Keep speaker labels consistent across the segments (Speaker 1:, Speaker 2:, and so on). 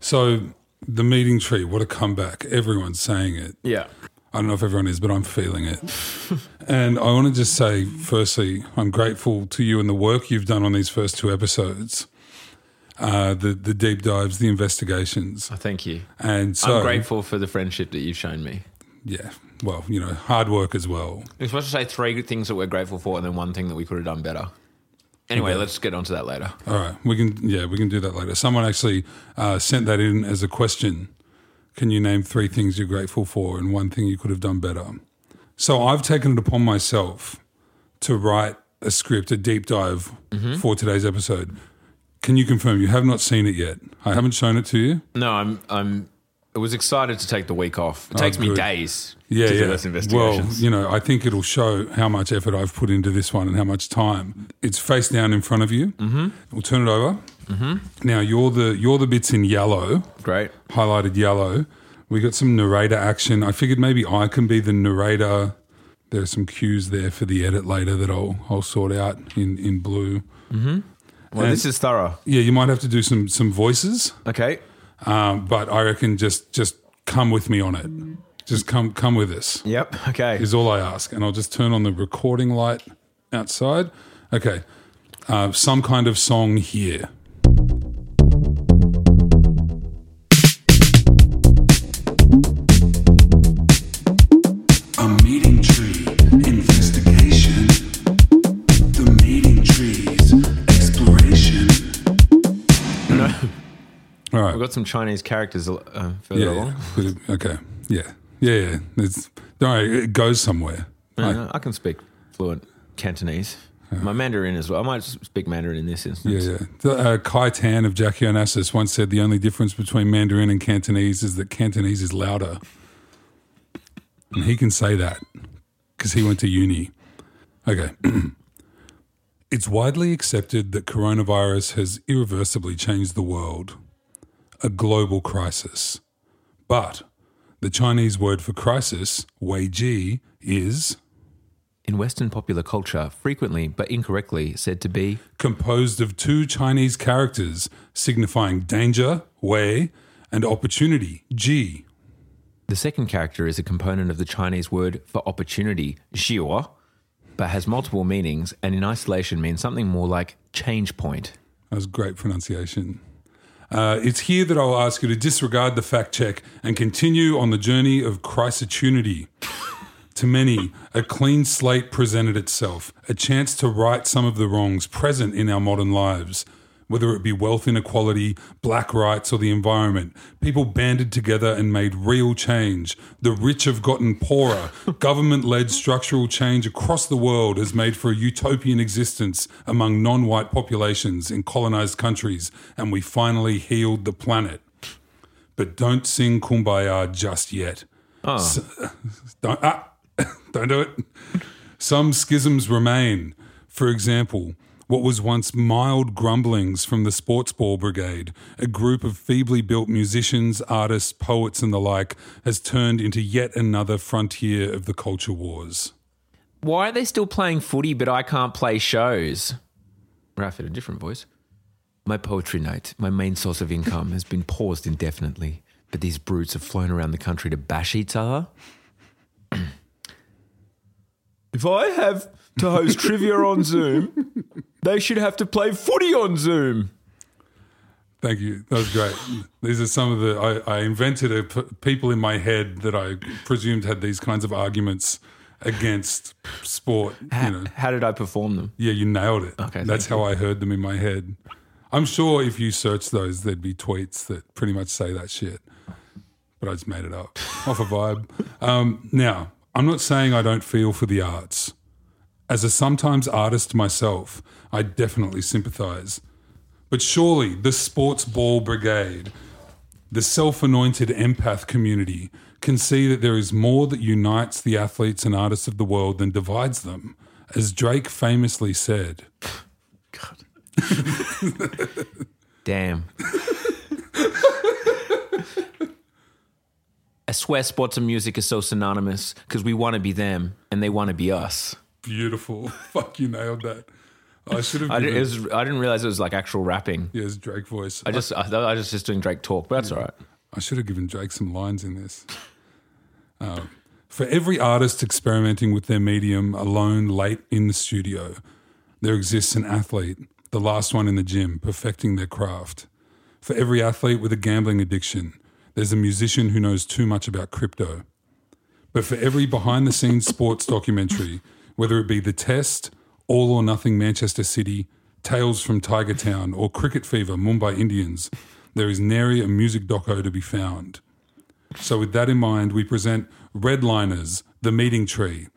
Speaker 1: So the meeting tree, what a comeback. Everyone's saying it.
Speaker 2: Yeah.
Speaker 1: I don't know if everyone is, but I'm feeling it. and I want to just say, firstly, I'm grateful to you and the work you've done on these first two episodes. Uh, the the deep dives, the investigations,
Speaker 2: I Oh, thank you.
Speaker 1: and so
Speaker 2: I'm grateful for the friendship that you've shown me.
Speaker 1: yeah. Well, you know, hard work as well.
Speaker 2: You're supposed to say three good things that we're grateful for and then one thing that we could have done better. Anyway, let's get onto that later.
Speaker 1: All right, we can yeah, we can do that later. Someone actually uh, sent that in as a question. Can you name three things you're grateful for and one thing you could have done better? So I've taken it upon myself to write a script, a deep dive for today's episode. Can you confirm you have not seen it yet? I haven't shown it to you.
Speaker 2: No, I'm I'm I was excited to take the week off. It takes me
Speaker 1: good.
Speaker 2: days
Speaker 1: Yeah,
Speaker 2: to
Speaker 1: yeah.
Speaker 2: do those
Speaker 1: well,
Speaker 2: investigations.
Speaker 1: you know, I think it'll show how much effort I've put into this one and how much time. It's face down in front of you. Mm-hmm. We'll turn it over. Mm-hmm. Now you're the you're the bits in yellow.
Speaker 2: Great.
Speaker 1: highlighted yellow. We got some narrator action. I figured maybe I can be the narrator. There are some cues there for the edit later that I'll I'll sort out in in blue.
Speaker 2: Well,
Speaker 1: And-
Speaker 2: this is thorough.
Speaker 1: Yeah, you might have to do some some voices,
Speaker 2: Okay.
Speaker 1: um, but I reckon just just come with me on it. Just come come with us
Speaker 2: Yep. Okay.
Speaker 1: is all I ask, and I'll just turn on the recording light outside. Okay, uh, some kind of song here.
Speaker 3: A meeting tree investigation. The meeting trees exploration.
Speaker 1: All right,
Speaker 2: We've got some Chinese characters uh, further
Speaker 1: yeah,
Speaker 2: along.
Speaker 1: yeah. okay, yeah, yeah, yeah. It's don't worry, it goes somewhere.
Speaker 2: No, no, Uh, I can speak fluent Cantonese. My Mandarin as well. I might speak Mandarin in this
Speaker 1: Yeah,
Speaker 2: instance.
Speaker 1: yeah. The, uh, Kai Tan of Jackie Onassis once said the only difference between Mandarin and Cantonese is that Cantonese is louder. And he can say that because he went to uni. Okay. it's widely accepted that coronavirus has irreversibly changed the world, a global crisis. But the Chinese word for crisis, Wei Ji, is
Speaker 2: In Western popular culture, frequently but incorrectly said to be
Speaker 1: composed of two Chinese characters signifying danger, wei, and opportunity, ji.
Speaker 2: The second character is a component of the Chinese word for opportunity, xiuo, but has multiple meanings and in isolation means something more like change point.
Speaker 1: That was great pronunciation. Uh, it's here that I'll ask you to disregard the fact check and continue on the journey of Christunity. to many, a clean slate presented itself, a chance to right some of the wrongs present in our modern lives. Whether it be wealth inequality, black rights, or the environment, people banded together and made real change. The rich have gotten poorer. Government led structural change across the world has made for a utopian existence among non white populations in colonized countries, and we finally healed the planet. But don't sing Kumbaya just yet. S- don't, ah, don't do it. Some schisms remain. For example, what was once mild grumblings from the Sports Ball Brigade, a group of feebly built musicians, artists, poets, and the like, has turned into yet another frontier of the culture wars.
Speaker 2: Why are they still playing footy but I can't play shows? Raf in a different voice. My poetry night, my main source of income, has been paused indefinitely, but these brutes have flown around the country to bash each other. if I have to host trivia on Zoom, they should have to play footy on Zoom.
Speaker 1: Thank you. That was great. these are some of the I, I invented a p- people in my head that I presumed had these kinds of arguments against sport. You know.
Speaker 2: How did I perform them?
Speaker 1: Yeah, you nailed it.
Speaker 2: Okay,
Speaker 1: That's how I heard them in my head. I'm sure if you search those, there'd be tweets that pretty much say that shit. But I just made it up off a vibe. Um, now, I'm not saying I don't feel for the arts. As a sometimes artist myself, I definitely sympathize. But surely the sports ball brigade, the self anointed empath community, can see that there is more that unites the athletes and artists of the world than divides them. As Drake famously said,
Speaker 2: Damn. I swear sports and music are so synonymous because we want to be them and they want to be us.
Speaker 1: beautiful. Fuck, you nailed that. I should have.
Speaker 2: I
Speaker 1: Given,
Speaker 2: didn't, it was, I didn't realize it was like actual rapping.
Speaker 1: yeah, it's Drake voice.
Speaker 2: I
Speaker 1: I,
Speaker 2: just I, thought I was just doing Drake talk, but that's
Speaker 1: Mm.
Speaker 2: all right.
Speaker 1: I should have given Drake some lines in this. Um, for every artist experimenting with their medium alone, late in the studio, there exists an athlete, the last one in the gym, perfecting their craft. For every athlete with a gambling addiction, there's a musician who knows too much about crypto. But for every behind the scenes sports documentary, whether it be The Test, All or Nothing Manchester City, Tales from Tiger Town, or Cricket Fever Mumbai Indians, there is nary a music doco to be found. So, with that in mind, we present Redliners, The Meeting Tree,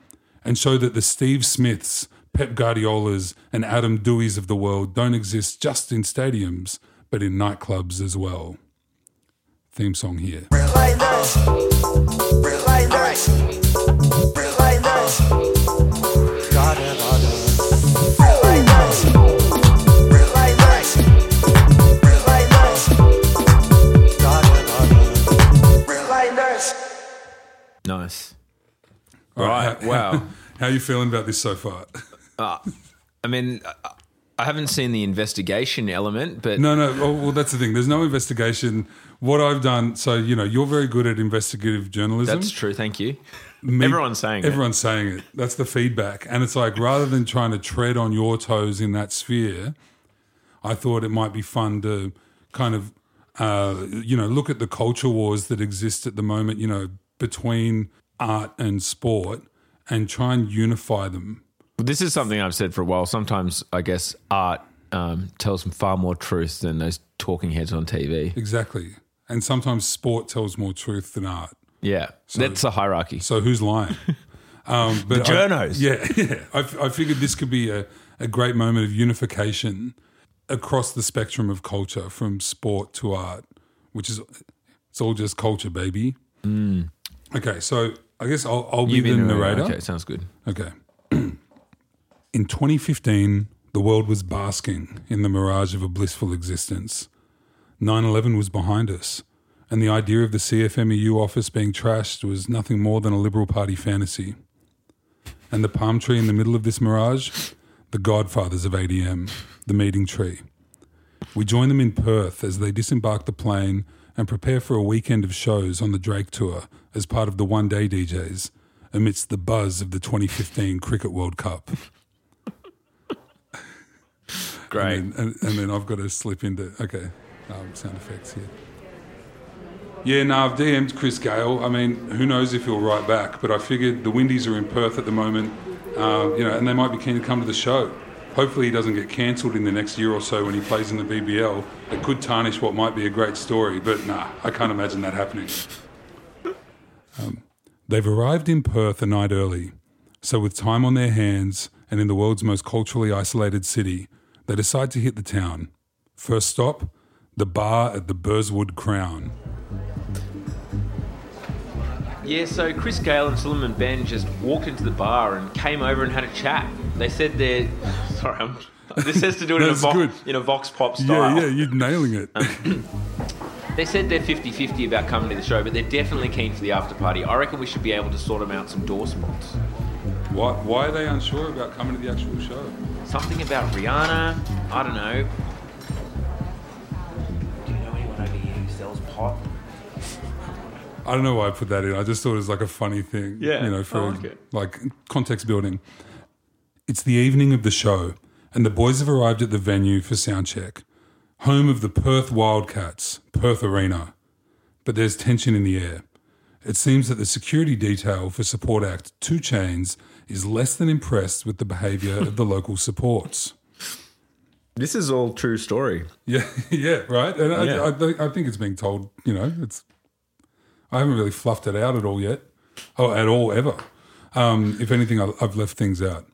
Speaker 1: and show that the Steve Smiths, Pep Guardiolas, and Adam Deweys of the world don't exist just in stadiums, but in nightclubs as well. Theme song here.
Speaker 4: Redliners. Redliners. Redliners. Gotta, gotta. Redliners. Redliners. Redliners. Gotta, gotta. Redliners.
Speaker 2: Nice.
Speaker 1: All
Speaker 2: Right, wow.
Speaker 1: How you feeling about this so far?
Speaker 2: I mean, I, I haven't seen the investigation element, but
Speaker 1: No, no. Well, well, that's the thing. There's no investigation. What I've done, so you know, you're very good at investigative journalism.
Speaker 2: that's true. Thank you.
Speaker 1: Me-
Speaker 2: Everyone's saying it.
Speaker 1: Everyone's saying it. That's the feedback, and it's like rather than trying to tread on your toes in that sphere, I thought it might be fun to kind of, uh, you know, look at the culture wars that exist at the moment. You know, between art and sport, and try and unify them.
Speaker 2: This is something I've said for a while. Sometimes I guess art um, tells far more truth than those talking heads on TV.
Speaker 1: Exactly. And sometimes sport tells more truth than art.
Speaker 2: Yeah, that's a hierarchy.
Speaker 1: So who's lying? Um, but
Speaker 2: The
Speaker 1: I-
Speaker 2: journos.
Speaker 1: yeah, yeah. I, f- I figured this could be a, a great moment of unification across the spectrum of culture, from sport to art, which is it's all just culture, baby.
Speaker 2: Mm.
Speaker 1: Okay, so I guess I'll, I'll be the narrator.
Speaker 2: Okay, sounds good.
Speaker 1: Okay. in 2015, the world was basking in the mirage of a blissful existence. 9 11 was behind us, and the idea of the CFMEU E office being trashed was nothing more than a Liberal Party fantasy. And the palm tree in the middle of this mirage? The godfathers of ADM, the meeting tree. We join them in Perth as they disembark the plane and prepare for a weekend of shows on the Drake Tour as part of the One Day DJs amidst the buzz of the 2015 Cricket World Cup.
Speaker 2: Great.
Speaker 1: And, and, and then I've got to slip into, okay, um, sound effects here. Yeah, no, I've DM'd Chris Gale. I mean, who knows if he'll write back, but I figured the Windies are in Perth at the moment, uh, you know, and they might be keen to come to the show. Hopefully, he doesn't get cancelled in the next year or so when he plays in the BBL. It could tarnish what might be a great story, but nah, I can't imagine that happening. Um, They've arrived in Perth a night early, so with time on their hands and in the world's most culturally isolated city, they decide to hit the town. First stop, the bar at the Burswood Crown.
Speaker 2: Yeah, so Chris Gale and Solomon Ben just walked into the bar and came over and had a chat. They said they're sorry, I'm, this has to do it in, a
Speaker 1: That's
Speaker 2: vo-
Speaker 1: good.
Speaker 2: in a vox pop style.
Speaker 1: Yeah, yeah, you're nailing it.
Speaker 2: They said they're 50-50 about coming to the show, but they're definitely keen for the after party. I reckon we should be able to sort them out some door spots.
Speaker 1: why, why are they unsure about coming to the actual show?
Speaker 2: Something about Rihanna. I don't know. Do you know anyone over here who sells pot?
Speaker 1: I don't know why I put that in. I just thought it was like a funny thing.
Speaker 2: Yeah,
Speaker 1: You know, for
Speaker 2: I like it.
Speaker 1: like context building. It's the evening of the show, and the boys have arrived at the venue for sound check, home of the Perth Wildcats, Perth Arena. But there's tension in the air. It seems that the security detail for Support Act Two Chains is less than impressed with the behaviour of the local supports.
Speaker 2: This is all true story.
Speaker 1: Yeah, yeah, right. And I-
Speaker 2: Yeah.
Speaker 1: I, thi- I think it's being told. You know, it's. I haven't really fluffed it out at all yet. Oh, at all ever. Um, if anything, I- I've left things out.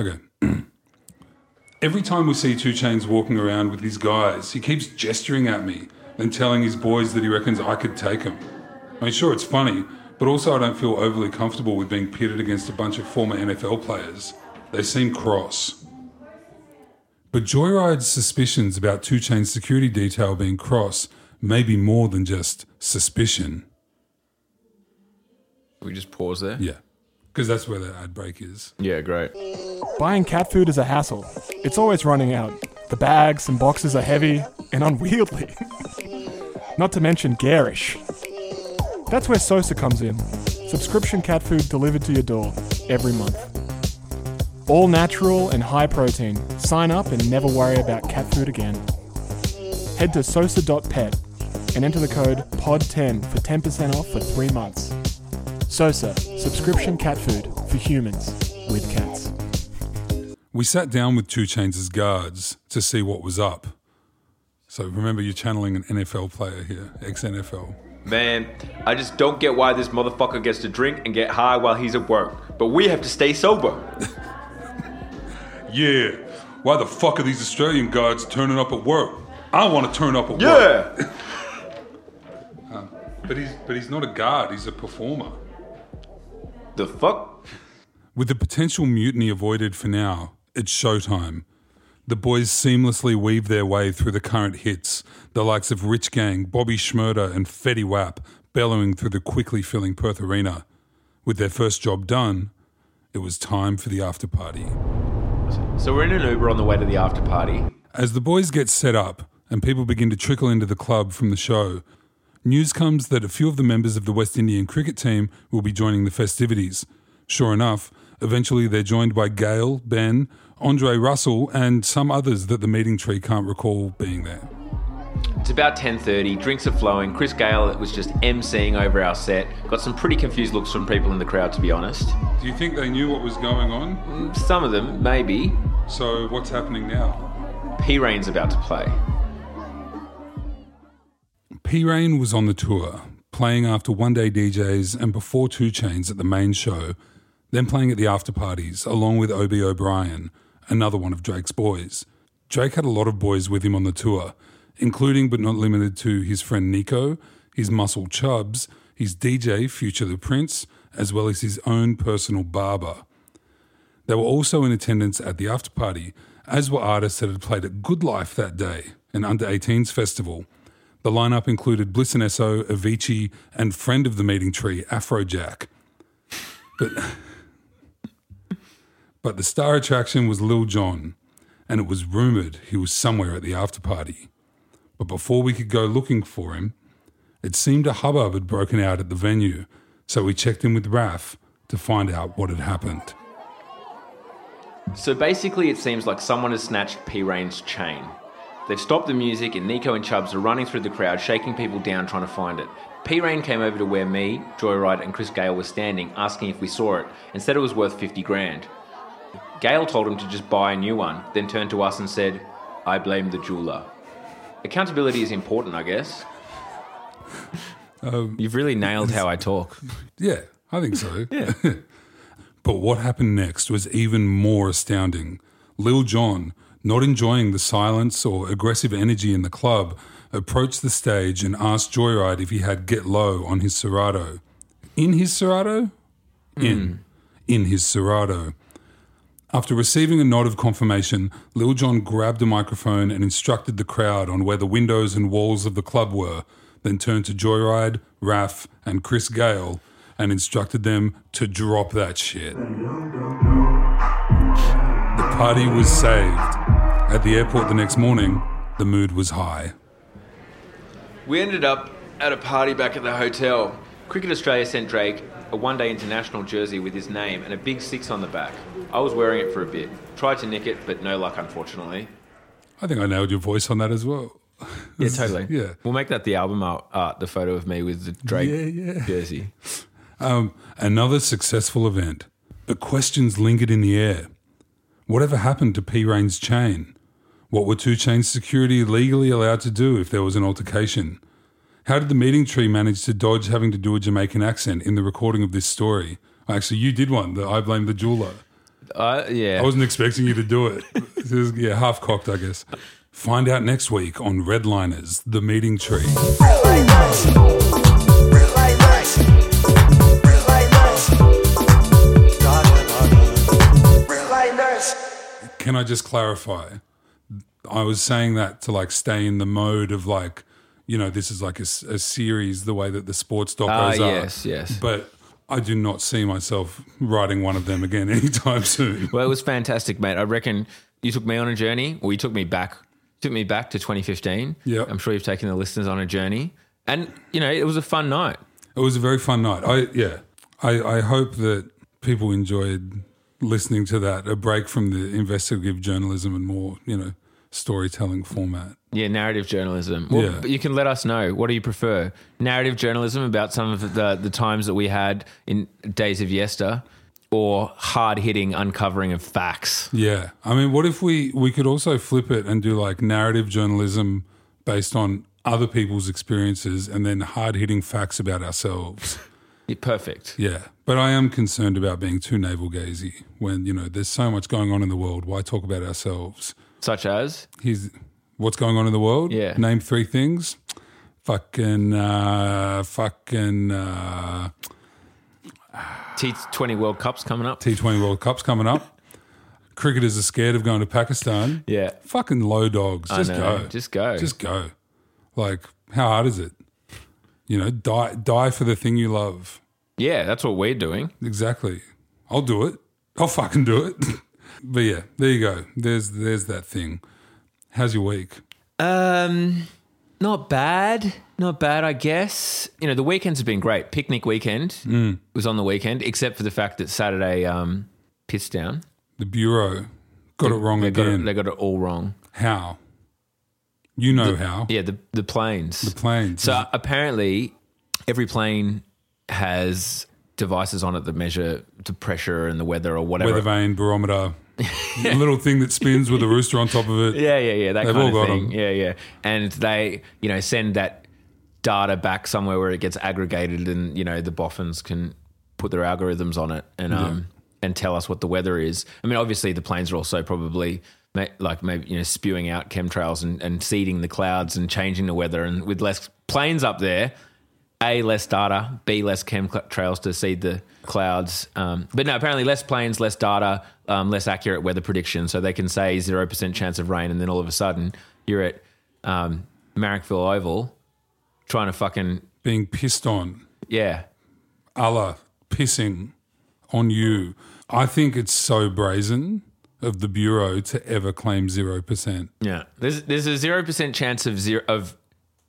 Speaker 1: Okay. Every time we see Two Chains walking around with his guys, he keeps gesturing at me, then telling his boys that he reckons I could take him. I mean, sure, it's funny, but also I don't feel overly comfortable with being pitted against a bunch of former NFL players. They seem cross. But Joyride's suspicions about Two Chain's security detail being cross may be more than just suspicion.
Speaker 2: We just pause there.
Speaker 1: Yeah. because that's where the ad break is.
Speaker 5: Yeah, great.
Speaker 6: Buying cat food is a hassle. It's always running out. The bags and boxes are heavy and unwieldy. Not to mention garish. That's where Sosa comes in. Subscription cat food delivered to your door every month. All natural and high protein. Sign up and never worry about cat food again. Head to sosa.pet and enter the code POD10 for 10% off for three months. Sosa, subscription cat food for humans with cats.
Speaker 1: We sat down with Two Chains' guards to see what was up. So remember, you're channeling an NFL player here, ex NFL.
Speaker 2: Man, I just don't get why this motherfucker gets to drink and get high while he's at work. But we have to stay sober.
Speaker 1: Yeah. Why the fuck are these Australian guards turning up at work? I want to turn up at work.
Speaker 2: Yeah!
Speaker 1: But he's but he's not a guard. He's a performer.
Speaker 2: the fuck?
Speaker 1: With the potential mutiny avoided for now, it's showtime. The boys seamlessly weave their way through the current hits, the likes of Rich Gang, Bobby Schmurder, and Fetty Wap bellowing through the quickly filling Perth Arena. With their first job done, it was time for the after party.
Speaker 2: So we're in an Uber on the way to the after party.
Speaker 1: As the boys get set up and people begin to trickle into the club from the show, news comes that a few of the members of the West Indian cricket team will be joining the festivities. Sure enough, eventually they're joined by Gail, Ben, Andre Russell, and some others that the meeting tree can't recall being there.
Speaker 2: It's about 10.30, drinks are flowing. Chris Gale was just emceeing over our set. Got some pretty confused looks from people in the crowd, to be honest.
Speaker 1: Do you think they knew what was going on?
Speaker 2: Some of them, maybe.
Speaker 1: So, what's happening now?
Speaker 2: P Rain's about to play.
Speaker 1: P Rain was on the tour, playing after one day DJs and before Two Chains at the main show, then playing at the after parties along with Obie O'Brien, another one of Drake's boys. Drake had a lot of boys with him on the tour, including but not limited to his friend Nico, his muscle Chubbs, his DJ Future the Prince, as well as his own personal barber. They were also in attendance at the after party, as were artists that had played at Good Life that day, an under 18s festival. The lineup included Bliss and Esso, Avicii, and friend of the meeting tree, Afrojack. But, but the star attraction was Lil Jon, and it was rumored he was somewhere at the after party. But before we could go looking for him, it seemed a hubbub had broken out at the venue, so we checked in with Raf to find out what had happened.
Speaker 2: So basically, it seems like someone has snatched P Rain's chain. They've stopped the music, and Nico and Chubbs are running through the crowd, shaking people down, trying to find it. P Rain came over to where me, Joyride, and Chris Gale were standing, asking if we saw it, and said it was worth 50 grand. Gale told him to just buy a new one, then turned to us and said, I blame the jeweler. Accountability is important, I guess.
Speaker 5: You've really nailed how I talk.
Speaker 1: Yeah, I think so. yeah. but what happened next was even more astounding. Lil Jon, not enjoying the silence or aggressive energy in the club, approached the stage and asked Joyride if he had Get Low on his Serato. In his Serato? In. In his Serato. After receiving a nod of confirmation, Lil Jon grabbed a microphone and instructed the crowd on where the windows and walls of the club were, then turned to Joyride, Raf, and Chris Gale and instructed them to drop that shit. The party was saved. At the airport the next morning, the mood was high.
Speaker 2: We ended up at a party back at the hotel. Cricket Australia sent Drake a one day international jersey with his name and a big six on the back. I was wearing it for a bit. Tried to nick it, but no luck, unfortunately.
Speaker 1: I think I nailed your voice on that as well.
Speaker 5: Yeah, totally.
Speaker 1: Yeah.
Speaker 5: We'll make that the album art, art the photo of me with the Drake
Speaker 1: Yeah, yeah.
Speaker 5: jersey.
Speaker 1: Another successful event, but questions lingered in the air. Whatever happened to P Rain's chain? What were Two Chain's security legally allowed to do if there was an altercation? How did the meeting tree manage to dodge having to do a Jamaican accent in the recording of this story? Actually, you did one, the I Blame the Jeweler.
Speaker 5: Uh, yeah.
Speaker 1: I wasn't expecting you to do it. This is, yeah, half cocked, I guess. Find out next week on Redliners, The Meeting Tree. Can I just clarify? I was saying that to like stay in the mode of like, you know, this is like a, s- a series, the way that the sports docos
Speaker 5: Ah,
Speaker 1: are.
Speaker 5: yes, yes.
Speaker 1: But I do not see myself writing one of them again anytime soon.
Speaker 2: Well, it was fantastic, mate. I reckon you took me on a journey, or you took me back, took me back to 2015.
Speaker 1: Yeah.
Speaker 2: I'm sure you've taken the listeners on a journey, and you know it was a fun night.
Speaker 1: It was a very fun night. I yeah. I, I hope that people enjoyed listening to that. A break from the investigative journalism and more, you know, storytelling format.
Speaker 2: Yeah, narrative journalism. Well,
Speaker 1: Yeah.
Speaker 2: but you can let us know. What do you prefer? Narrative journalism about some of the, the times that we had in days of yester, or hard hitting uncovering of facts?
Speaker 1: Yeah. I mean, what if we we could also flip it and do like narrative journalism based on other people's experiences and then hard hitting facts about ourselves.
Speaker 2: Yeah, Perfect.
Speaker 1: Yeah. But I am concerned about being too navel gazy when, you know, there's so much going on in the world. Why talk about ourselves?
Speaker 2: Such as
Speaker 1: Here's what's going on in the world.
Speaker 2: Yeah.
Speaker 1: Name three things. Fucking, uh, fucking uh,
Speaker 2: T20 World Cups coming up.
Speaker 1: T20 World Cup's coming up. Cricketers are scared of going to Pakistan.
Speaker 2: Yeah.
Speaker 1: Fucking low dogs. Just
Speaker 2: know.
Speaker 1: go.
Speaker 2: Just go.
Speaker 1: Just go. Like, how hard is it? You know, die die for the thing you love.
Speaker 2: Yeah, that's what we're doing.
Speaker 1: Exactly. I'll do it. I'll fucking do it. but yeah, there you go. There's there's that thing. How's your week?
Speaker 2: Um, not bad, not bad. I guess you know the weekends have been great. Picnic weekend
Speaker 1: Mm.
Speaker 2: was on the weekend, except for the fact that Saturday um, pissed down.
Speaker 1: The bureau got it wrong
Speaker 2: They got
Speaker 1: again.
Speaker 2: it, they got it all wrong.
Speaker 1: how? You know how.
Speaker 2: Yeah, the the planes.
Speaker 1: Planes.
Speaker 2: so apparently, every plane has devices on it that measure the pressure and the weather or whatever.
Speaker 1: weather vane, barometer, the little thing that spins with a rooster on top of it.
Speaker 2: Yeah, yeah, yeah. That
Speaker 1: They've
Speaker 2: kind
Speaker 1: all got
Speaker 2: of thing.
Speaker 1: 'em.
Speaker 2: Yeah, yeah. And they, you know, send that data back somewhere where it gets aggregated, and you know, the boffins can put their algorithms on it and um and tell us what the weather is. I mean, obviously, the planes are also probably. ma- Like maybe you know, spewing out chemtrails and, and seeding the clouds and changing the weather, and with less planes up there, a less data, b less chemtrails to seed the clouds. Um, but no, apparently less planes, less data, um, less accurate weather prediction. So they can say zero percent chance of rain, and then all of a sudden you're at um, Marrickville Oval trying to fucking
Speaker 1: Being pissed on.
Speaker 2: yeah.
Speaker 1: Allah pissing on you. I think it's so brazen of the bureau to ever claim zero percent.
Speaker 2: Yeah, there's there's a zero percent chance of zero of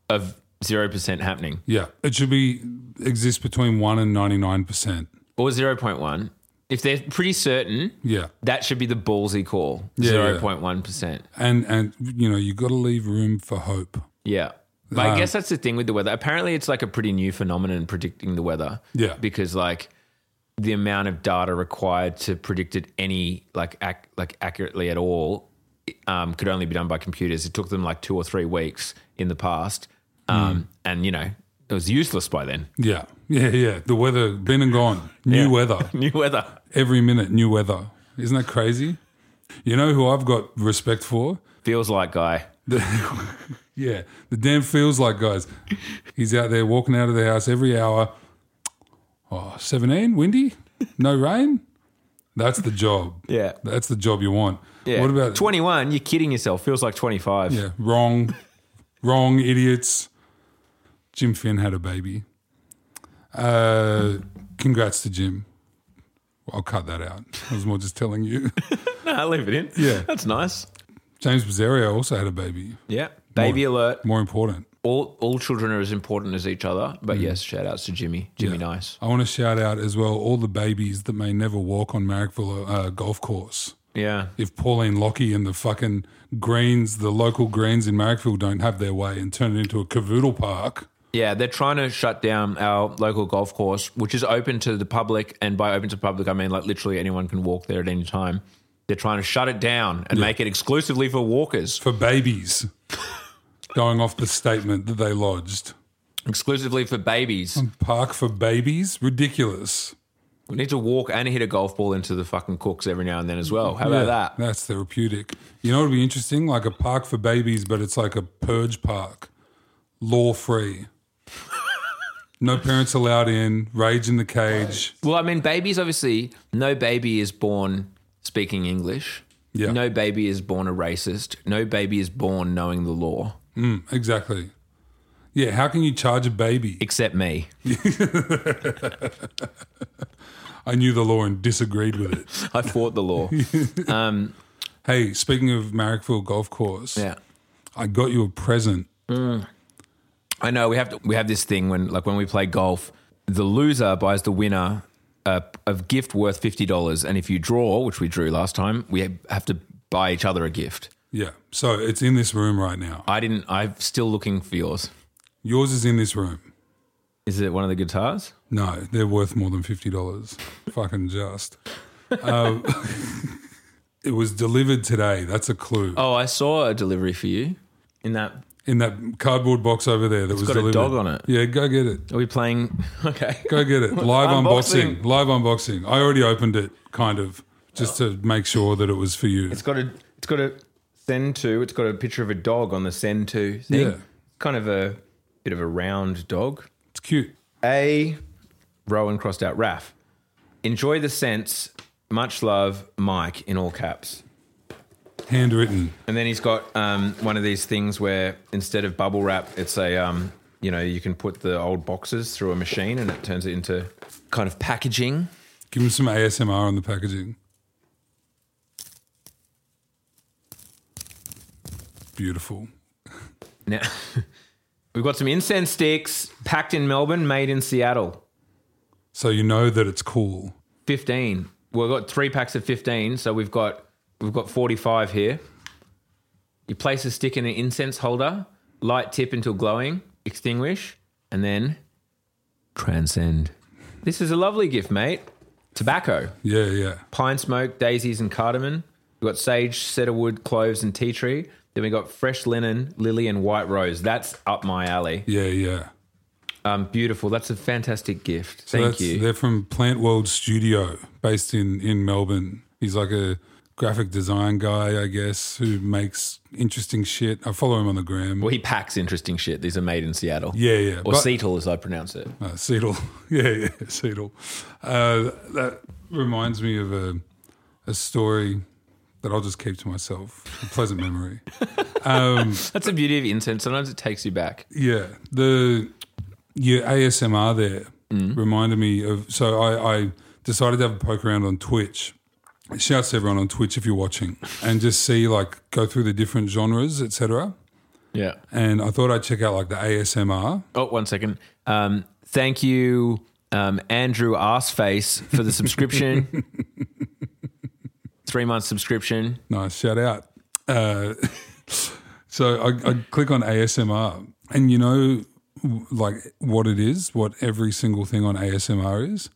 Speaker 2: of zero percent happening,
Speaker 1: Yeah, it should be exist between one and ninety nine percent.
Speaker 2: or zero point one. If they're pretty certain,
Speaker 1: Yeah,
Speaker 2: that should be the ballsy call.
Speaker 1: yeah.
Speaker 2: Zero point one percent.
Speaker 1: and and you know you got to leave room for hope.
Speaker 2: Yeah. But
Speaker 1: Um,
Speaker 2: I guess that's the thing with the weather. Apparently, it's like a pretty new phenomenon predicting the weather.
Speaker 1: Yeah.
Speaker 2: Because like the amount of data required to predict it any like ac- like accurately at all um, could only be done by computers. It took them like two or three weeks in the past,
Speaker 1: Hmm.
Speaker 2: um, and you know it was useless by then.
Speaker 1: Yeah, yeah, yeah. The weather been and gone. New weather
Speaker 2: New weather.
Speaker 1: every minute. New weather. Isn't that crazy? You know who I've got respect for?
Speaker 2: Feels like guy.
Speaker 1: The- yeah, the damn feels like guys. He's out there walking out of the house every hour. Oh, 17, windy, no rain. That's the job.
Speaker 2: Yeah.
Speaker 1: That's the job you want.
Speaker 2: Yeah.
Speaker 1: What about
Speaker 2: 21? You're kidding yourself. Feels like 25.
Speaker 1: Yeah, wrong, wrong, idiots. Jim Finn had a baby. Uh, congrats to Jim. I'll cut that out. I was more just telling you.
Speaker 2: No, leave it in.
Speaker 1: Yeah.
Speaker 2: That's nice.
Speaker 1: James Bizzario also had a baby.
Speaker 2: Yeah. Baby alert.
Speaker 1: More important.
Speaker 2: all all children are as important as each other. But yes, shout outs to Jimmy. Jimmy Nice.
Speaker 1: I want to shout out as well all the babies that may never walk on Marrickville uh, Golf Course.
Speaker 2: Yeah.
Speaker 1: If Pauline Lockie and the fucking Greens, the local Greens in Marrickville don't have their way and turn it into a cavoodle park,
Speaker 2: Yeah, they're trying to shut down our local golf course, which is open to the public. And by open to public, I mean like literally anyone can walk there at any time. They're trying to shut it down and make it exclusively for walkers,
Speaker 1: for babies, going off the statement that they lodged.
Speaker 2: exclusively for
Speaker 1: Mm.
Speaker 2: babies.
Speaker 1: Park for babies? Ridiculous.
Speaker 2: We need to walk and hit a golf ball into the fucking cooks every now and then as well. How about that?
Speaker 1: That's therapeutic. You know what would be interesting? Like a park for babies, but it's like a purge park, law free. no parents allowed in, rage in the cage.
Speaker 2: Well, I mean, babies obviously, no baby is born speaking English.
Speaker 1: Yeah.
Speaker 2: No baby is born a racist. No baby is born knowing the law.
Speaker 1: Exactly. Yeah, how can you charge a baby?
Speaker 2: except me.
Speaker 1: I knew the law and disagreed with it.
Speaker 2: I fought the law.
Speaker 1: Hey, speaking of Marrickville Golf Course,
Speaker 2: yeah.
Speaker 1: I got you a present.
Speaker 2: I know we have to, we have this thing when like when we play golf, the loser buys the winner a, a gift worth fifty dollars, and if you draw, which we drew last time, we have to buy each other a gift.
Speaker 1: Yeah, so it's in this room right now.
Speaker 2: I didn't. I'm still looking for yours.
Speaker 1: Yours is in this room.
Speaker 2: Is it one of the guitars?
Speaker 1: No, they're worth more than fifty dollars. Fucking just. Um, it was delivered today. That's a clue.
Speaker 2: Oh, I saw a delivery for you. In that,
Speaker 1: In that cardboard box over there that was
Speaker 2: got a
Speaker 1: delivered.
Speaker 2: dog on it.
Speaker 1: Yeah, go get it.
Speaker 2: are we playing? Okay.
Speaker 1: Go get it. Live unboxing.
Speaker 2: Unboxing.
Speaker 1: Live unboxing. I already opened it, kind of, just to make sure that it was for you.
Speaker 2: It's got a. It's got a send to. It's got a picture of a dog on the send to. Thing.
Speaker 1: Yeah.
Speaker 2: Kind of a bit of a round dog.
Speaker 1: It's cute.
Speaker 2: A. Rowan crossed out Raf. Enjoy the sense. Much love, Mike, in all caps.
Speaker 1: Handwritten.
Speaker 2: And then he's got um, one of these things where instead of bubble wrap, it's a, um, you know, you can put the old boxes through a machine and it turns it into kind of packaging.
Speaker 1: Give him some ASMR on the packaging. Beautiful.
Speaker 2: Now, we've got some incense sticks packed in Melbourne, made in Seattle.
Speaker 1: So you know that it's cool.
Speaker 2: 15. Well, we've got three packs of 15, so we've got we've got 45 here. You place a stick in an incense holder, light tip until glowing, extinguish, and then transcend. This is a lovely gift, mate. Tobacco,
Speaker 1: Yeah, yeah.
Speaker 2: pine smoke, daisies and cardamom. We've got sage, cedarwood, cloves and tea tree. Then we got fresh linen, lily and white rose. That's up my alley.
Speaker 1: Yeah, yeah.
Speaker 2: Um, beautiful. That's a fantastic gift.
Speaker 1: So
Speaker 2: Thank
Speaker 1: that's-
Speaker 2: you.
Speaker 1: They're from Plant World Studio, based in, in Melbourne. He's like a graphic design guy, I guess, who makes interesting shit. I follow him on the gram.
Speaker 2: Well, he packs interesting shit. These are made in Seattle.
Speaker 1: Yeah, yeah.
Speaker 2: Or
Speaker 1: But-
Speaker 2: Seattle, as I pronounce it.
Speaker 1: Uh, Seidel. yeah, yeah, Seidel. Uh, that reminds me of a, a story that I'll just keep to myself. A pleasant memory.
Speaker 2: That's the beauty of incense. Sometimes it takes you back.
Speaker 1: Yeah, the your ASMR there reminded me of. So I, I decided to have a poke around on Twitch. Shouts to everyone on Twitch if you're watching, and just see like go through the different genres, etc.
Speaker 2: Yeah.
Speaker 1: And I thought I'd check out like the ASMR.
Speaker 2: Oh, one second. Um, thank you, um, Andrew Arseface, for the subscription. Three month subscription.
Speaker 1: Nice shout out. Uh, so I, I click on ASMR, and you know, w- like what it is, what every single thing on ASMR is.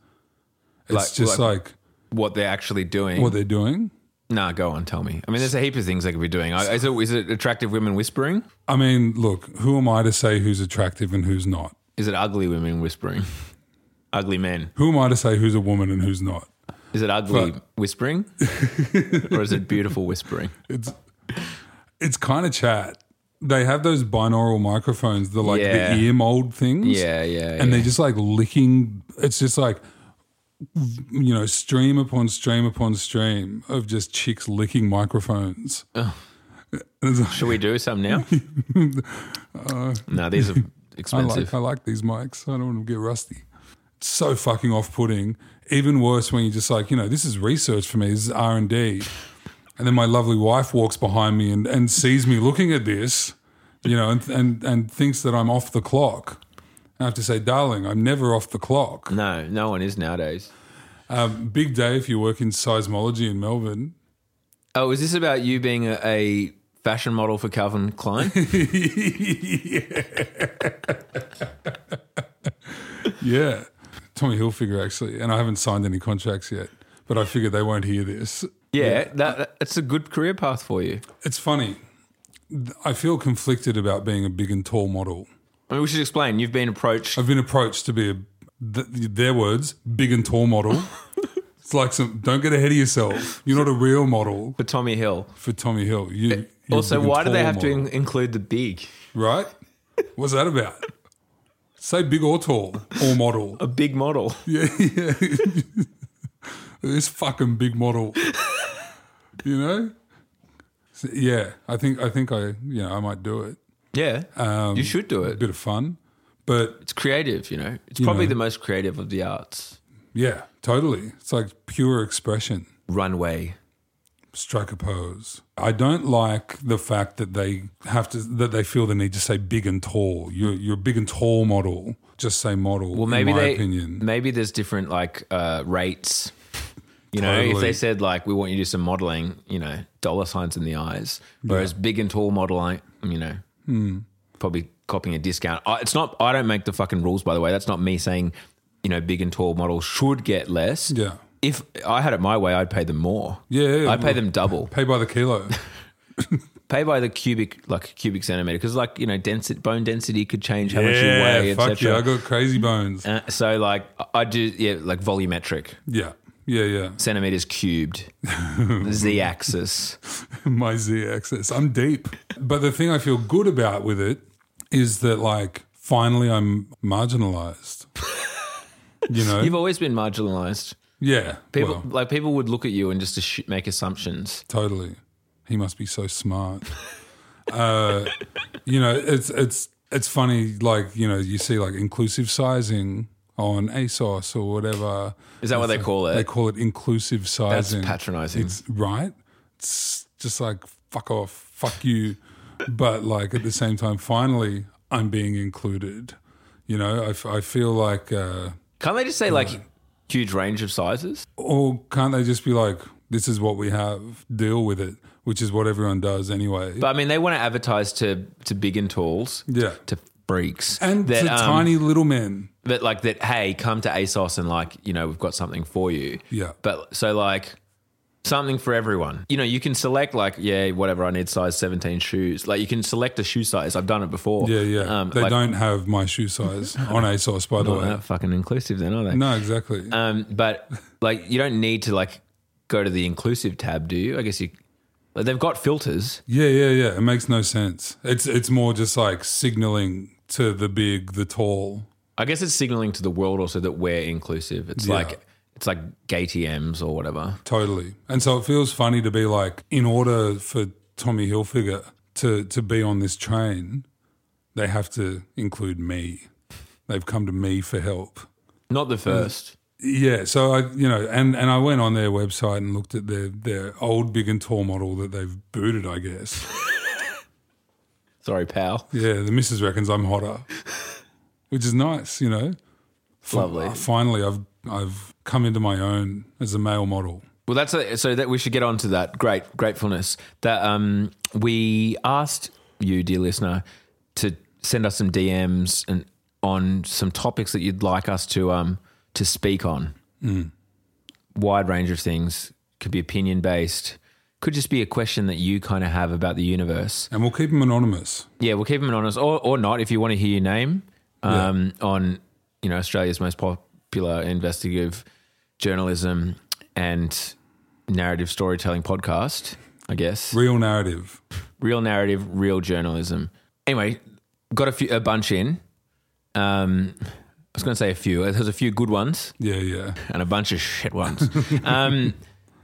Speaker 1: It's
Speaker 2: Like-
Speaker 1: just
Speaker 2: like-
Speaker 1: like
Speaker 2: What they're actually doing.
Speaker 1: what they're doing.
Speaker 2: nah, go on, tell me. I mean, there's a heap of things they could be doing. I- Is it, is it attractive women whispering?
Speaker 1: I mean, look, who am I to say who's attractive and who's not?
Speaker 2: Is it ugly women whispering? ugly men.
Speaker 1: Who am I to say who's a woman and who's not?
Speaker 2: Is it ugly
Speaker 1: Fuck.
Speaker 2: whispering? or is it beautiful whispering?
Speaker 1: It's it's kind of chat. They have those binaural microphones, the like
Speaker 2: Yeah.
Speaker 1: the ear mold things.
Speaker 2: Yeah, yeah.
Speaker 1: and
Speaker 2: yeah.
Speaker 1: they're just like licking. It's just like you know, stream upon stream upon stream of just chicks licking microphones. It's like,
Speaker 2: Should we do some now? no, these are
Speaker 1: Uh, I
Speaker 2: expensive.
Speaker 1: like I like these mics. I don't want them to get rusty. It's so fucking off-putting. Even worse when you're just like, you know, this is research for me. This is R and D. And then my lovely wife walks behind me and, and sees me looking at this, you know, and, and and thinks that I'm off the clock. I have to say, darling, I'm never off the clock.
Speaker 2: No, no one is nowadays.
Speaker 1: Big day if you work in seismology in Melbourne.
Speaker 2: Oh, is this about you being a, a fashion model for Calvin Klein?
Speaker 1: Yeah. Tommy Hilfiger, actually. And I haven't signed any contracts yet, but I figured they won't hear this.
Speaker 2: yeah, that, that's a good career path for you.
Speaker 1: It's funny. I feel conflicted about being a big and tall model.
Speaker 2: I mean, we should explain. You've been approached.
Speaker 1: I've been approached to be a, th- their words, big and tall model. it's like some, don't get ahead of yourself. You're not a real model
Speaker 2: for Tommy Hill.
Speaker 1: for Tommy Hill. You, you're a
Speaker 2: Also,
Speaker 1: big and
Speaker 2: why do they
Speaker 1: tall
Speaker 2: have to
Speaker 1: model.
Speaker 2: in- include the big?
Speaker 1: right? What's that about? Say big or tall or model.
Speaker 2: A big model.
Speaker 1: Yeah, yeah. this fucking big model. You know? So, yeah, I think I think I you know, I might do it.
Speaker 2: Yeah.
Speaker 1: Um,
Speaker 2: you should do
Speaker 1: A
Speaker 2: it.
Speaker 1: bit of fun. But
Speaker 2: It's creative, you know. It's
Speaker 1: You
Speaker 2: probably
Speaker 1: know.
Speaker 2: the most creative of the arts.
Speaker 1: yeah, totally. It's like pure expression.
Speaker 2: Runway.
Speaker 1: strike a pose. I don't like the fact that they have to that they feel the need to say big and tall. You're you're a big and tall model. Just say model.
Speaker 2: Well, maybe
Speaker 1: in my
Speaker 2: they.
Speaker 1: opinion.
Speaker 2: Maybe there's different like uh, rates. You know, if
Speaker 1: Totally.
Speaker 2: they said like we want you to do some modeling, you know, dollar signs in the eyes, whereas big and tall modeling, you know,
Speaker 1: Hmm.
Speaker 2: probably copying a discount. I, it's not. I don't make the fucking rules, by the way. That's not me saying. You know, big and tall models should get less.
Speaker 1: Yeah.
Speaker 2: If I had it my way, I'd pay them more.
Speaker 1: Yeah, yeah,
Speaker 2: I'd pay
Speaker 1: well-
Speaker 2: them double.
Speaker 1: Pay by the kilo.
Speaker 2: pay by the cubic like cubic centimeter because like you know density bone density could change how much you weigh
Speaker 1: yeah, fuck yeah, I
Speaker 2: etc
Speaker 1: got crazy bones.
Speaker 2: uh, so like I- i do yeah like volumetric
Speaker 1: Yeah, yeah, yeah.
Speaker 2: centimeters cubed z axis
Speaker 1: my Z axis. I'm deep. But the thing I feel good about with it is that, like, finally I'm marginalized. You know?
Speaker 2: you've always been marginalized
Speaker 1: yeah.
Speaker 2: people
Speaker 1: well,
Speaker 2: like people would look at you and just assu- make assumptions
Speaker 1: totally. He must be so smart. Uh, you know, it's, it's, it's funny, like, you know, you see like inclusive sizing on ASOS or whatever.
Speaker 2: is that what they call
Speaker 1: They
Speaker 2: it
Speaker 1: call it inclusive
Speaker 2: that's
Speaker 1: sizing.
Speaker 2: patronizing
Speaker 1: It's right. It's just like fuck off, fuck you. But like at the same time, finally, I'm being included. You know, I, f- I feel like, uh,
Speaker 2: can't they just say like huge range of sizes
Speaker 1: or can't they just be like, this is what we have, deal with it, which is what everyone does anyway.
Speaker 2: but i mean they want to advertise to to big and talls
Speaker 1: yeah.
Speaker 2: to freaks
Speaker 1: And
Speaker 2: that,
Speaker 1: to
Speaker 2: um,
Speaker 1: tiny little men.
Speaker 2: But like that, hey, come to ASOS and like, you know, we've got something for you.
Speaker 1: Yeah.
Speaker 2: But so like something for everyone. You know, you can select like, yeah, whatever, I need size 17 shoes. Like you can select a shoe size. I've done it before.
Speaker 1: Yeah, yeah. they
Speaker 2: um, like,
Speaker 1: don't have my shoe size on ASOS, by the
Speaker 2: well,
Speaker 1: way.
Speaker 2: they're not fucking inclusive then, are they?
Speaker 1: No, exactly.
Speaker 2: Um, but like you don't need to like go to the inclusive tab, do you? I guess you like, they've got filters.
Speaker 1: Yeah, yeah, yeah. It makes no sense. It's it's more just like signaling to the big, the tall.
Speaker 2: I guess it's signaling to the world also that we're inclusive. It's
Speaker 1: Yeah.
Speaker 2: like it's like gay TMs or whatever.
Speaker 1: Totally. And so it feels funny to be like, in order for Tommy Hilfiger to to be on this train, they have to include me. They've come to me for help.
Speaker 2: Not the first.
Speaker 1: Yeah, so I you know, and and I went on their website and looked at their their old big and tall model that they've booted, I guess.
Speaker 2: Sorry, pal.
Speaker 1: Yeah, the missus reckons I'm hotter, which is nice, you know. Fi-
Speaker 2: Lovely.
Speaker 1: Finally, I've I've come into my own as a male model.
Speaker 2: Well, that's a, so that we should get on to that. Great gratefulness that um, we asked you, dear listener, to send us some DMs and on some topics that you'd like us to um, to speak on. Wide range of things could be opinion based, could just be a question that you kind of have about the universe.
Speaker 1: And we'll keep him anonymous.
Speaker 2: Yeah, we'll keep them anonymous or, or not if you want to hear your name um, on you know Australia's most popular investigative journalism and narrative storytelling podcast, I guess.
Speaker 1: Real narrative.
Speaker 2: Real narrative, real journalism. Anyway, got a few a bunch in. Um, I was going to say a few. There's a few good ones
Speaker 1: Yeah, yeah.
Speaker 2: and a bunch of shit ones. um,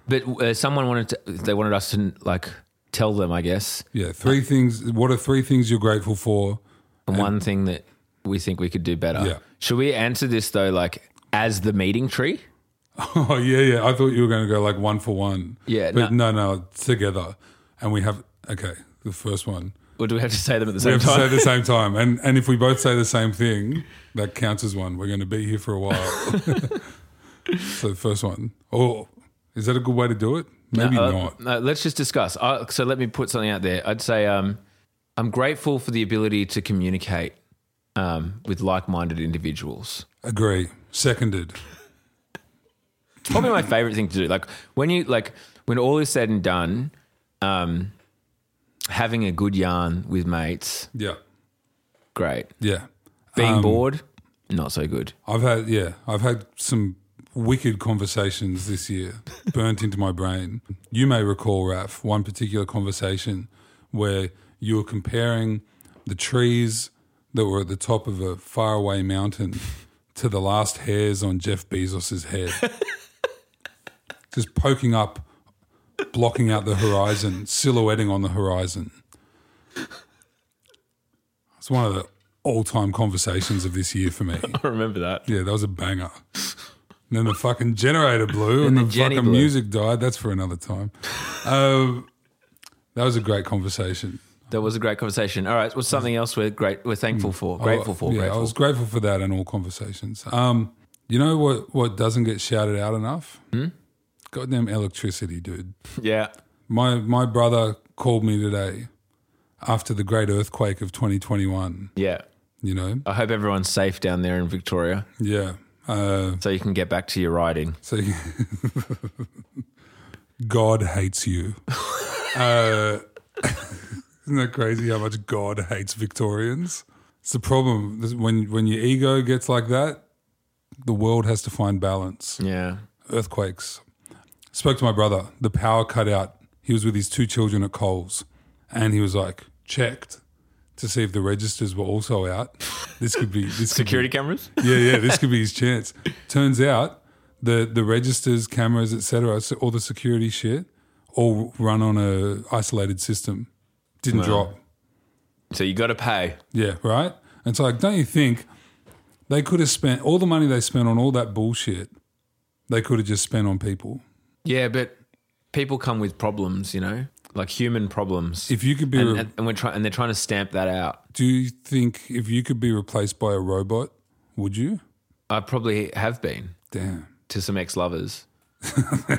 Speaker 2: but uh, someone wanted to, they wanted us to like tell them, I guess,
Speaker 1: Yeah. Three things what are three things you're grateful for?
Speaker 2: and one thing that we think we could do better.
Speaker 1: Yeah.
Speaker 2: Should we answer this though, like as the meeting tree?
Speaker 1: Oh yeah, yeah. I thought you were gonna go like one for one.
Speaker 2: Yeah,
Speaker 1: But no, no, together. And we have okay, the first one.
Speaker 2: Or do we have to say them at the
Speaker 1: We
Speaker 2: same
Speaker 1: have to say
Speaker 2: time?
Speaker 1: the same time. And and if we both say the same thing, that counts as one. We're gonna be here for a while. so first one. Oh is that a good way to do it? Maybe
Speaker 2: Uh,
Speaker 1: not.
Speaker 2: no, let's just discuss. Uh, so let me put something out there. I'd say um, I'm grateful for the ability to communicate um, with like-minded individuals.
Speaker 1: Agree. Seconded.
Speaker 2: It's probably my favorite thing to do. Like when you like when all is said and done, um, having a good yarn with mates,
Speaker 1: Yeah.
Speaker 2: great.
Speaker 1: Yeah.
Speaker 2: Being
Speaker 1: Um,
Speaker 2: bored, not so good.
Speaker 1: I've had yeah, I've had some wicked conversations this year burnt into my brain. You may recall, Raf, one particular conversation where you were comparing the trees that were at the top of a faraway mountain to the last hairs on Jeff Bezos's head. Just poking up, blocking out the horizon, silhouetting on the horizon. It's one of the all time conversations of this year for me.
Speaker 7: I remember that.
Speaker 1: Yeah, that was a banger. And then the fucking generator blew and,
Speaker 2: the
Speaker 1: the
Speaker 2: Jenny
Speaker 1: fucking
Speaker 2: blew.
Speaker 1: music died. That's for another time. Um, that was a great conversation.
Speaker 2: That was a great conversation. All right, what's something else we're great we're thankful for, grateful for,
Speaker 1: Yeah,
Speaker 2: grateful.
Speaker 1: I was grateful for that in all conversations. Um, you know what, what doesn't get shouted out enough? Hmm? Goddamn electricity, dude.
Speaker 2: yeah.
Speaker 1: My my brother called me today after the great earthquake of 2021.
Speaker 2: Yeah.
Speaker 1: You know,
Speaker 2: I hope everyone's safe down there in Victoria
Speaker 1: yeah. Uh,
Speaker 2: so you can get back to your riding.
Speaker 1: so God hates you. uh, isn't that crazy how much God hates Victorians? It's the problem This- when when your ego gets like that. The world has to find balance.
Speaker 2: Yeah.
Speaker 1: earthquakes. Spoke to my brother. The power cut out. He was with his two children at Coles, and he was like checked to see if the registers were also out. This could be this could be-
Speaker 2: Security cameras?
Speaker 1: yeah, yeah. This could be his chance. Turns out the the registers, cameras, etc., so all the security shit, all run on a isolated system. Didn't drop.
Speaker 2: So you got to pay.
Speaker 1: Yeah, right. And so, like, don't you think they could have spent all the money they spent on all that bullshit? They could have just spent on people.
Speaker 2: Yeah, but people come with problems, you know, like human problems.
Speaker 1: If you could be
Speaker 2: and,
Speaker 1: re-
Speaker 2: and, and we're trying and they're trying to stamp that out.
Speaker 1: Do you think if you could be replaced by a robot, would you?
Speaker 2: I probably have been
Speaker 1: Damn.
Speaker 2: to some ex-lovers.
Speaker 1: Hell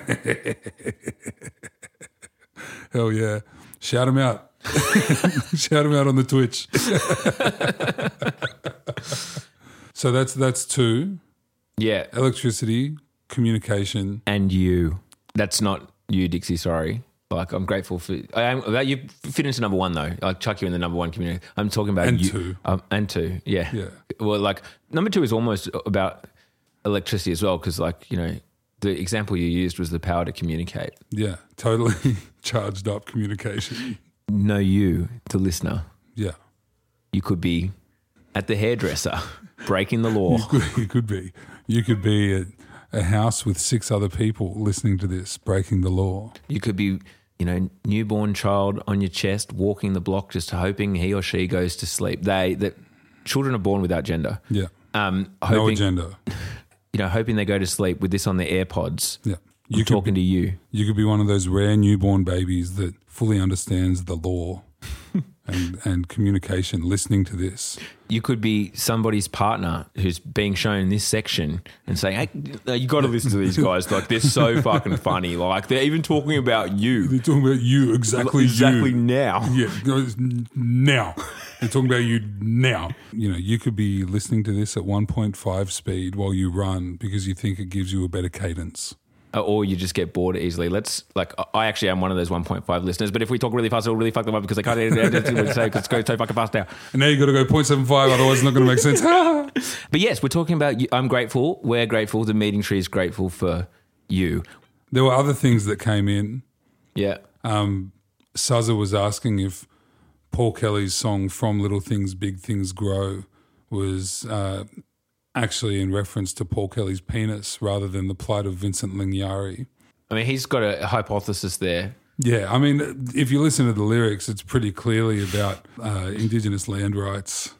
Speaker 1: Oh, yeah. Shout him out. Shout him out on the Twitch. so that's that's two.
Speaker 2: Yeah,
Speaker 1: Electricity, communication.
Speaker 2: and you. That's not you, Dixie. Sorry. Like I'm grateful for. I am, that you fit into number one though. I'll chuck you in the number one community. I'm talking about
Speaker 1: And
Speaker 2: you,
Speaker 1: two.
Speaker 2: um, and two. Yeah.
Speaker 1: Yeah.
Speaker 2: Well, like number two is almost about electricity as well, because like you know the example you used was the power to communicate.
Speaker 1: Yeah. Totally charged up communication.
Speaker 2: No, you, the listener,
Speaker 1: Yeah.
Speaker 2: you could be at the hairdresser breaking the law.
Speaker 1: You could be. You could be at a house with six other people listening to this, breaking the law.
Speaker 2: You could be, you know, newborn child on your chest, walking the block, just hoping he or she goes to sleep. They that children are born without gender.
Speaker 1: Yeah.
Speaker 2: Um,
Speaker 1: No
Speaker 2: hoping
Speaker 1: agenda.
Speaker 2: you know, hoping they go to sleep with this on their AirPods.
Speaker 1: Yeah.
Speaker 2: You
Speaker 1: You could
Speaker 2: talking to you.
Speaker 1: You could be one of those rare newborn babies that fully understands the law and, and communication, listening to this.
Speaker 2: You could be somebody's partner who's being shown this section and saying, "Hey, no, you got to listen to these guys. Like they're so fucking funny. Like they're even talking about you
Speaker 1: They're talking about you exactly.
Speaker 2: exactly
Speaker 1: You.
Speaker 2: now."
Speaker 1: Yeah, guys, n- now. They're talking about you now. You know, you could be listening to this at 1.5 speed while you run because you think it gives you a better cadence.
Speaker 2: uh, or you just get bored easily. Let's like I- I actually am one of those 1.5 listeners, but if we talk really fast, it'll really fuck them up because they can't say because it's going so fucking fast now.
Speaker 1: And now you've got to go 0.75, otherwise it's not going to make sense.
Speaker 2: But yes, we're talking about. You. I'm grateful. We're grateful. The meeting tree is grateful for you.
Speaker 1: there were other things that came in.
Speaker 2: Yeah.
Speaker 1: Suzza was asking if Paul Kelly's song "From Little Things Big Things Grow" was uh, actually in reference to Paul Kelly's penis rather than the plight of Vincent Lingyari.
Speaker 2: I mean, he's got a hypothesis there.
Speaker 1: Yeah, I mean, if you listen to the lyrics, it's pretty clearly about uh, Indigenous land rights,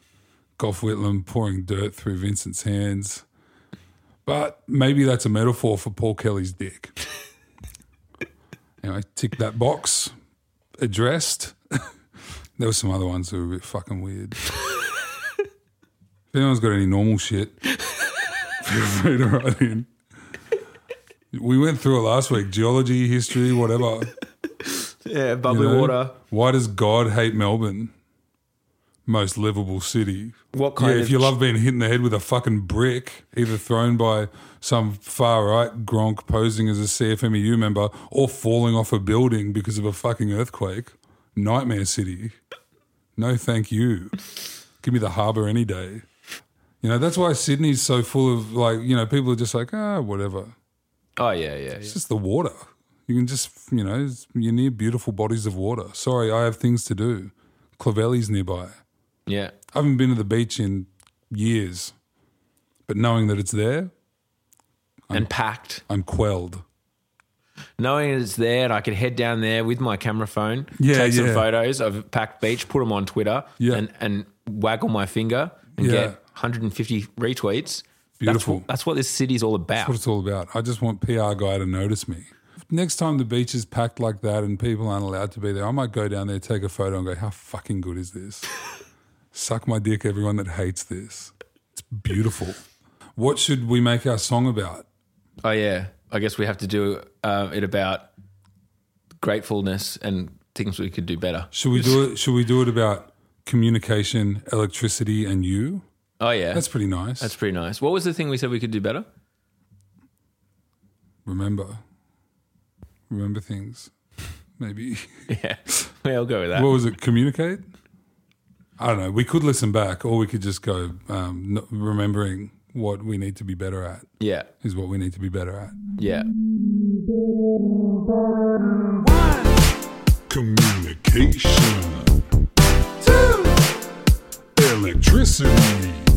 Speaker 1: Gough Whitlam pouring dirt through Vincent's hands. But maybe that's a metaphor for Paul Kelly's dick. anyway, tick that box, addressed. there were some other ones that were a bit fucking weird. if anyone's got any normal shit, feel free to write in. We went through it last week geology, history, whatever.
Speaker 2: Yeah, bubbly
Speaker 1: You know, Why does God hate Melbourne? Most livable city.
Speaker 2: What kind
Speaker 1: Yeah,
Speaker 2: of-
Speaker 1: if you love being hit in the head with a fucking brick, either thrown by some far right gronk posing as a CFMEU E member or falling off a building because of a fucking earthquake, nightmare city. No, thank you. Give me the harbour any day. You know, that's why Sydney's so full of like, you know, people are just like, ah, whatever.
Speaker 2: Oh yeah, yeah, yeah.
Speaker 1: It's just the water. You can just, you know, you're near beautiful bodies of water. Sorry, I have things to do. Clavelli's nearby.
Speaker 2: yeah.
Speaker 1: I haven't been to the beach in years, but knowing that it's there,
Speaker 2: And packed,
Speaker 1: I'm quelled.
Speaker 2: knowing it's there, and I could head down there with my camera phone,
Speaker 1: Yeah,
Speaker 2: take some
Speaker 1: yeah.
Speaker 2: photos of packed beach, put them on Twitter,
Speaker 1: Yeah.
Speaker 2: and and waggle my finger and
Speaker 1: Yeah.
Speaker 2: get 150 retweets.
Speaker 1: Beautiful.
Speaker 2: That's what, that's what this city's all about.
Speaker 1: That's what it's all about. I just want PR guy to notice me. Next time the beach is packed like that and people aren't allowed to be there, I might go down there, take a photo, and go, "How fucking good is this? Suck my dick, everyone that hates this. It's beautiful." what should we make our song about?
Speaker 2: oh yeah, I guess we have to do uh, it about gratefulness and things we could do better.
Speaker 1: Should we do it? Should we do it about communication, electricity, and you?
Speaker 2: Oh yeah,
Speaker 1: That's
Speaker 2: that's,
Speaker 1: pretty nice.
Speaker 2: pretty nice. What was the thing we said we could do better?
Speaker 1: remember, remember things. Maybe
Speaker 2: Yeah, we'll go with that.
Speaker 1: what was it? Communicate. I don't know. We could listen back, or we could just go um, n- remembering what we need to be better at
Speaker 2: yeah,
Speaker 1: is what we need to be better at.
Speaker 2: yeah.
Speaker 3: Communication. Two. Electricity.